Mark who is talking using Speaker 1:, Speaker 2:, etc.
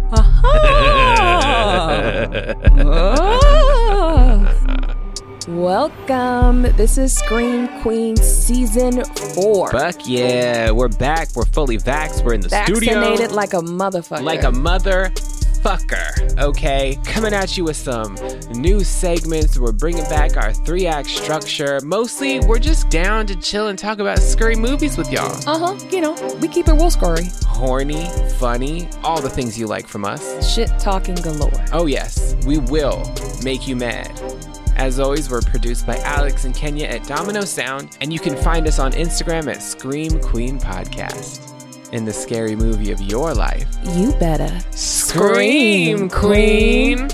Speaker 1: welcome. This is Scream Queen season four.
Speaker 2: Fuck yeah, we're back. We're fully vaxxed. We're in the
Speaker 1: Vaccinated
Speaker 2: studio.
Speaker 1: like a motherfucker.
Speaker 2: Like a motherfucker, okay? Coming at you with some new segments. We're bringing back our three act structure. Mostly, we're just down to chill and talk about scary movies with y'all.
Speaker 1: uh huh. You know, we keep it wool scurry.
Speaker 2: Horny, funny, all the things you like from us.
Speaker 1: Shit talking galore.
Speaker 2: Oh, yes, we will make you mad. As always, we're produced by Alex and Kenya at Domino Sound, and you can find us on Instagram at Scream Queen Podcast. In the scary movie of your life,
Speaker 1: You better.
Speaker 2: Scream Queen!